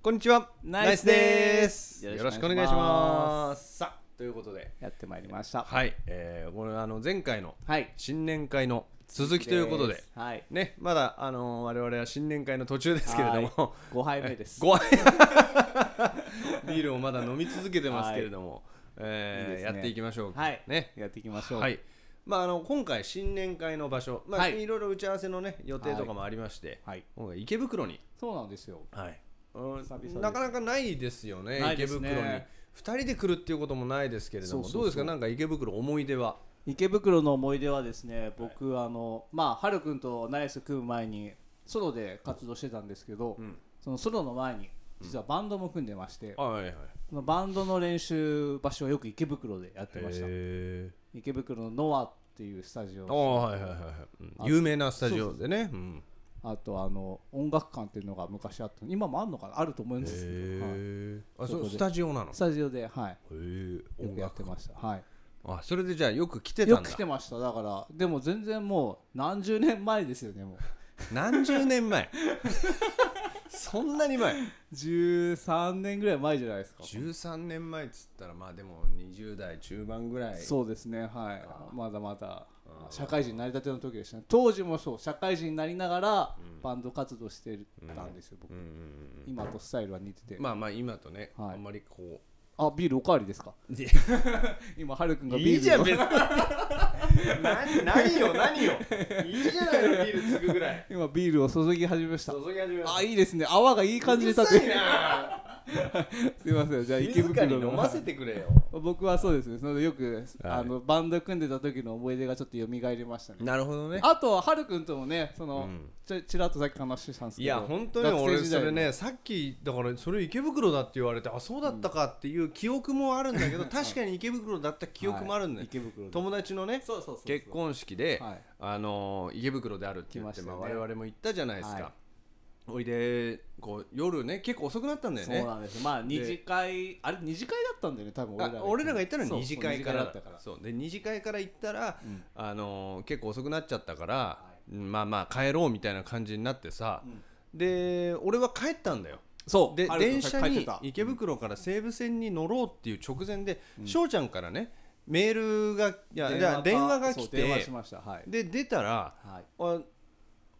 こんにちは。ナイスですナイスよろしくお願いしよろしくお願ま。いしますさあ、ということで、やってまいりました。はい。はい、えー、これあの前回の新年会の続きということで、すはい。ね、まだあの我々は新年会の途中ですけれども、 5杯目です。ご ビールをまだ飲み続けてますけれども、えいーいですねやっていきましょう。はい。ね。やっていきましょう。はい。まああの今回新年会の場所、まあ、、はいいろいろ打ち合わせのね予定とかもありまして、はい。今回池袋にそうなんですよ。はい、々ですなかなかないですよねない池です袋ねに2人で来るっていうこともないですけれどもそうそうどそううですかなんか池袋思い出は池袋の思い出はですね、僕、あの、まあ、はるくんとナイス組む前に、ソロで活動してたんですけど、んそのソロの前に、実はバンドも組んでまして、はいはいそのバンドの練習場所はよく池袋でやってました。へ池袋のノアっていうスタジあオ、はいはいはいはいうん有名なスタジオでねうんあと、あの、音楽館っていうのが昔あった、今もあるのかなあると思うんですけど、はいへえあそそこうでスタジオなのへスタジオで、はい。えよ音くやって楽ました、はあそれでじゃあよく来い、てたよんくだ来てましただからでも全然もう何十年前ですよねも何十 年前そんなに前う13年ぐらい前じゃないですか13年前っつったらまあでも20代中盤ぐらいそうですねはいまだまだ社会人成り立ての時でしたね当時もそう社会人になりながらバンド活動してたんですよ、僕、うんうんうん今とスタイルは似てて、まあまあ今とねはいあんまりこあビールおかわりですかう 今はるくんがビールいいじゃんを別に何 何よ何よいいじゃないのビールつくぐらい今ビールを注ぎ始めました注ぎ始めあいいいいですね泡がいい感じで立ってなすいませんじゃあ池静か袋にの飲ませてくれよ僕はそうですねそれでよく、はいあのバンド組んでた時の思い出がちょっと蘇りましたねなるほどねあとははるくんともねその、うんちょちらっとさっき話してたんですけどいや本当に俺学生時そ代のれねさっきだからそれ池袋だって言われてあそうだったかっていう記憶もあるんだけ ど確かに池袋だった記憶もあるんだはいよ池袋で友達のねそうそうそうそう結婚式ではいあのー池袋であるって言って来ままあしたよ我ね々も行ったじゃないですはかおいでこう夜ね結構遅くなったんだよそうねなんですまあ二次会あれ二次会だったんだよね多分俺らあ俺らが行ったのはそう二次会からそう二次会だったからそうで二次会から行ったら、んあのー結構遅くなっちゃったから、まあまあ帰ろうみたいな感じになってさ、で俺は帰ったんだよそうではるくん電車帰ってにた池袋から西武線に乗ろうっていう直前で翔、ちゃんからねメールがいやじゃあ電話がそう来電話てしましたはい、で出たらはい、あ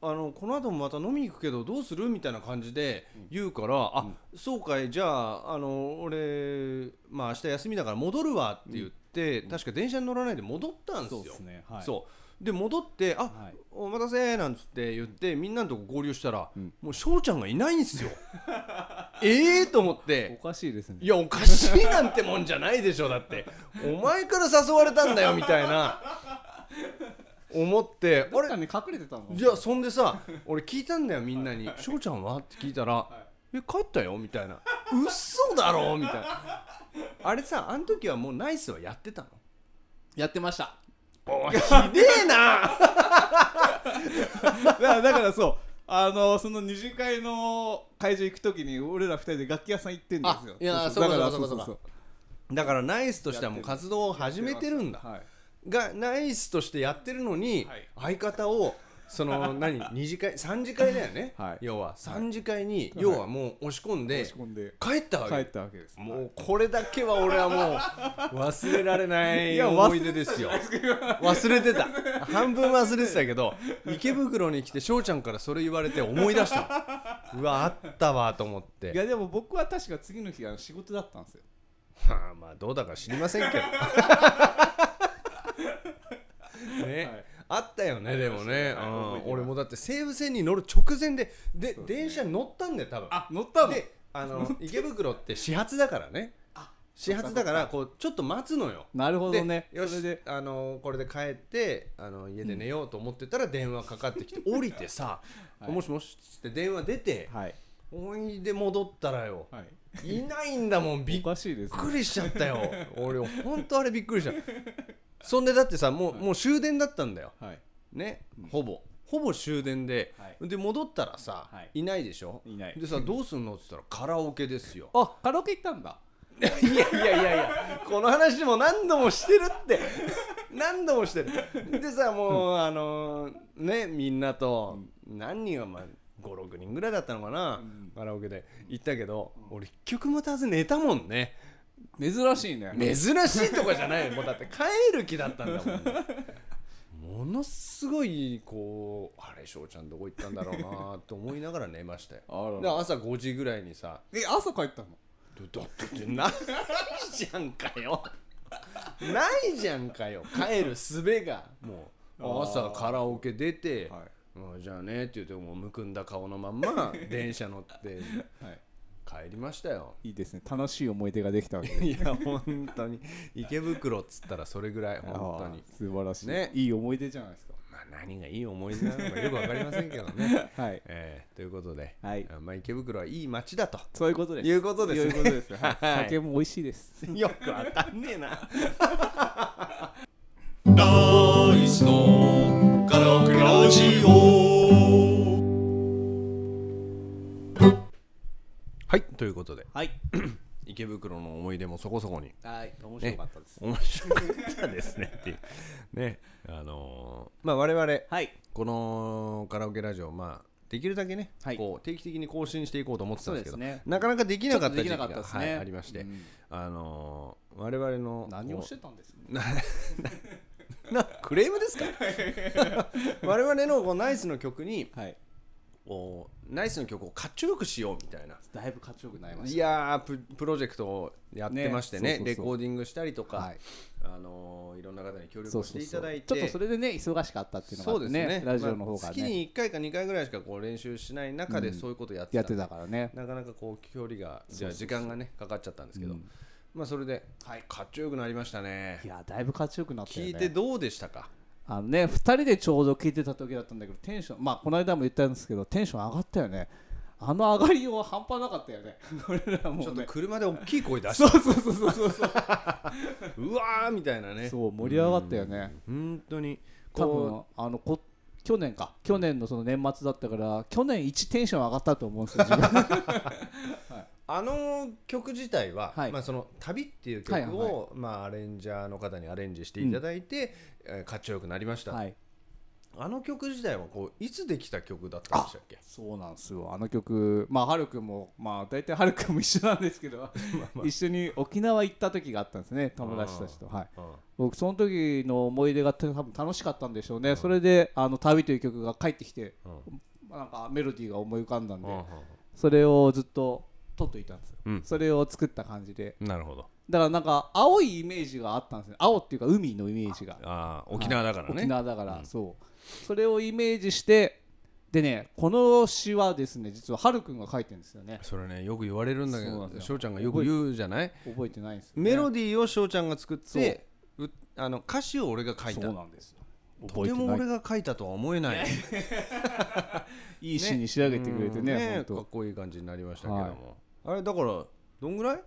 あのこの後もまた飲みに行くけどどうするみたいな感じで言うから、あ、そうかいじゃああの俺、まあ、明日休みだから戻るわって言って、確か電車に乗らないで戻ったんですそよ。うですねはいそうで戻って「あ、はいお待たせ」なんつって言ってみんなのとこ合流したら、もう翔ちゃんがいないんですよ。 ええと思っておかしいですねいやおかしいなんてもんじゃないでしょだってお前から誘われたんだよみたいな思ってどあっれかに隠れてたのじゃあそんでさ俺聞いたんだよみんなに「翔ちゃんは?」って聞いたら「え帰ったよ」みたいな「嘘だろ」みたいなあれさあの時はもうナイスはやってたのやってましたおいひで えなだからだからそうあのその二次会の会場行くときに俺ら二人で楽器屋さん行ってんですよあいやーだからそうかそうかそうかだからナイスとしてはもう活動を始めてるんだはいがナイスとしてやってるのに、はい相方を その何二次会三次会だよね、はい要は三次会に、要はもう押し込んで押し込んで帰ったわ帰けったわけですもうこれだけは俺はもう忘れられない思い出ですよ忘れてた半分忘れてたけど池袋に来て翔ちゃんからそれ言われて思い出したのうわあったわと思っいてやでも僕は確か次の日あの仕事だったんですよまあまあどうだか知りません けどね、はいあったよねでもはい覚えね、うんてます俺もだって西武線に乗る直前でで電車に乗ったんだよ多分あ乗ったのであの池袋って始発だからね始発だからこうちょっと待つのよなるほどねでよそしれであのこれで帰ってあの家で寝ようと思ってたら電話かかってきて、降りてさ「 はいもしもし」っつって電話出て、はいおいで戻ったらよ、はいい、ないんだもんびっおかしいですねくりしちゃったよ俺ほんとあれびっくりしたそんでだってさもう,、もう終電だったんだよはいね、ほぼほぼ終電で、はいで戻ったらさ、はいい、ないでしょいないでさどうすんのって言ったらカラオケで すよあカラオケ行ったんだいやいやいやいやこの話も何度もしてるって何度もしてるでさもう、あのーねみんなと、何人はまあ56人ぐらいだったのかな、うんカラオケで行ったけど、俺一曲も歌わず寝たもんね珍しいね珍しいとかじゃないよもうだって帰る気だったんだもん、ものすごいこうあれ翔ちゃんどこ行ったんだろうなと思いながら寝ましたよあらで朝5時ぐらいにさえ朝帰ったのだってないじゃんかよないじゃんかよ帰る術がもうあー朝カラオケ出て、はうんじゃあねって言ってもうむくんだ顔のまんま電車乗ってはい帰りましたよいいですね楽しい思い出ができたわけで いや本当に池袋っつったらそれぐらい本当にあー素晴らしい、ねいい思い出じゃないです、まあ何がいい思い出なのかよく分かりませんけどねか はいえーということで、はいあまあ、池袋はいい街だとそういうことですいうことですねそういうことです、 はいはい酒も美味しいですよく当たんね えな。ダイスのカラオケラジオはい、ということで、はい 池袋の思い出もそこそこに。はい面白かったです面白かったですねっていう。ね、あのーまあ我々、はいこのカラオケラジオ、まあ、できるだけね、はいこう定期的に更新していこうと思ってたんですけどそうですねなかなかできなかった時期ちょがっとできなかったですねはいありまして、うんあのー我々の何をこうしてたんですかな クレームですか我々のこうナイスの曲にはいこうナイスの曲をかっちょよくしようみたいなだいぶかっちよくなりまいしやーププロジェクトをやってましてねねそうそうそうレコーディングしたりとか、はいあのーいろんな方に協た力をしていただいてちょっとそれでね忙しかったっていうのがあそっうでてすねねラジオの方まがあ月ねに1回か2回ぐらいしかこう練習しない中でそういうことやってやた,、ってたからねなかなかこう距離がじそうそゃあうそう時間がねかかっちゃったんですけど、うんまあそれで、かっちょよくなりましたねいやだいぶかっちよくなったよ聞ねいてどうでしたかあのね2人でちょうど聞いてた時だったんだけどテンションまあこの間も言ったんですけどテンション上がったよねあの上がりよう半端なかったよね 俺らもちょっとね車で大きい声出してそうそうそうそうそうそう うわーみたいなねそう盛り上がったよね本当に多こ分あのこ去年か去年のその年末だったから去年1テンション上がったと思うんですよ自分 うあの曲自体は、はいまあ、その「旅」っていう曲を、はいはいはまあ、アレンジャーの方にアレンジしていただいて、えーかっちょよくなりました、はいあの曲自体はこういつできた曲だったんでしたっけそうなんですよあの曲まあはるくんもまあ大体はるくんも一緒なんです けど一緒に沖縄行った時があったんですね友達たちとはいうん僕その時の思い出が多分楽しかったんでしょうね、それで「あの旅」という曲が帰ってきて、なんかメロディーが思い浮かんだんで、うんそれをずっと取っといたんですよ、うんそれを作った感じでなるほどだからなんか青いイメージがあったんですね青っていうか海のイメージがあー沖縄だからね、沖縄だから、そうそれをイメージしてでねこの詩はですね実ははるくんが書いてるんですよねそれねよく言われるんだけそうなんどですよ翔ちゃんがよく言うじゃない覚えてないんですよ、ね、メロディーを翔ちゃんが作ってうあの歌詞を俺が書いたそうなんですよとても俺が書いたとは思えないいい詩に仕上げてくれてねうん本当かっこいい感じになりましたけども、はいあれだからどんぐらい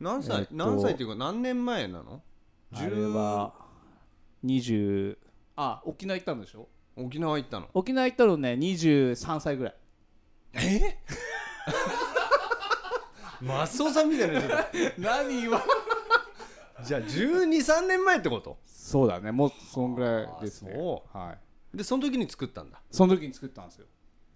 何歳、えっと何歳っていうか何年前なのあれは20あ沖縄行ったんでしょ沖縄行ったの沖縄行ったのね23歳ぐらいえマスオさんみたいな人 だ何今じゃあ123年前ってことそうだねもうそんぐらいですねあそはいでその時に作ったんだその時に作ったんですよ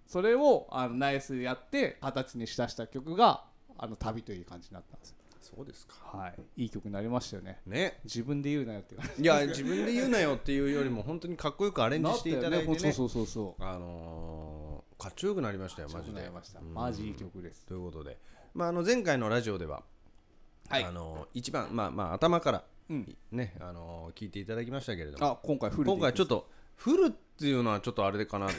それをあのナイスでやって形にしだした曲があの旅という感じになったんですよそうですかはいいい曲になりましたよねね自分で言うなよっていう感じいや自分で言うなよっていうよりも本当にかっこよくアレンジしていただいてなねったよねそうそうそうそうあのー、かっちょよくなりましたよマジなでりましたマジいい曲ですということで、まあ、あの前回のラジオでは、あの一番、まあまあ、頭から、うんねあの聞いていただきましたけれどもあ今回フルで今回ちょっとフルっていうのはちょっとあれかなあの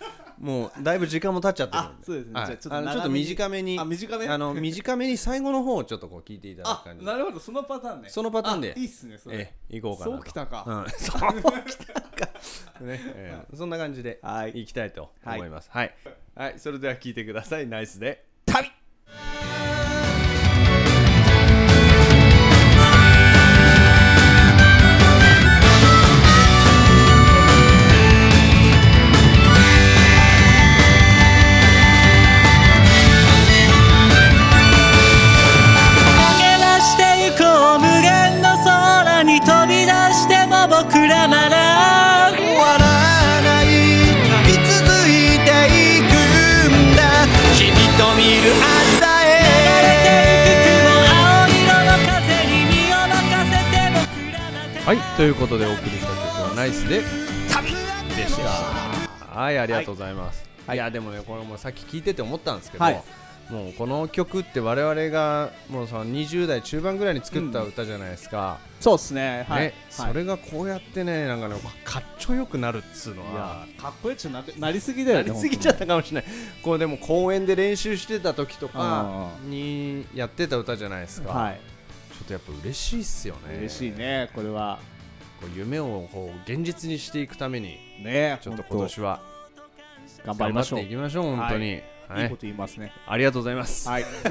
もうだいぶ時間も経っちゃってるんであそうですねはいじゃあちょっとあのちょっと長めに短めにあ短めあの短めに最後の方をちょっとこう聞いていただくあ感じでなるほどそのパターンねそのパターンであいいっすねそれええ行こうかなとそうきたかう ん、そうきたか、ねええそんな感じではい行きたいと思いますはい、はいそれでは聞いてくださいナイスで旅駆け出してゆこう無限の空に飛び出しても僕らまだ終わらない降り続いていくはいということでお送りした曲は「ナイスで旅」でしたはいありがとうございます、い、やでもねこれもさっき聞いてて思ったんですけど、はいもうこの曲って我々がもうその20代中盤ぐらいに作った歌じゃないですか、そうですねはい、ねそれがこうやってねなんかねかっちょよくなるっつうのいやはかっこよくななりすぎだよなねりすぎちゃったかもしれないこうでも公園で練習してた時とかにやってた歌じゃないですか、はいちょっとやっぱ嬉しいっすよね嬉しいねこれはこう夢をこう現実にしていくためにねちょっと今年は頑張りましょう頑張っていきましょう本当に、はいいいこと言いますねありがとうございます、 はい今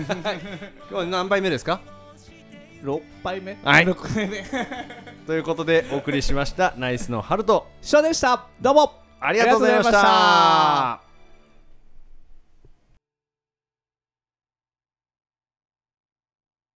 日は何杯目ですか6杯目はい6杯目 ということでお送りしましたナイスのハルトショーでしたどうもありがとうございましありがとうございました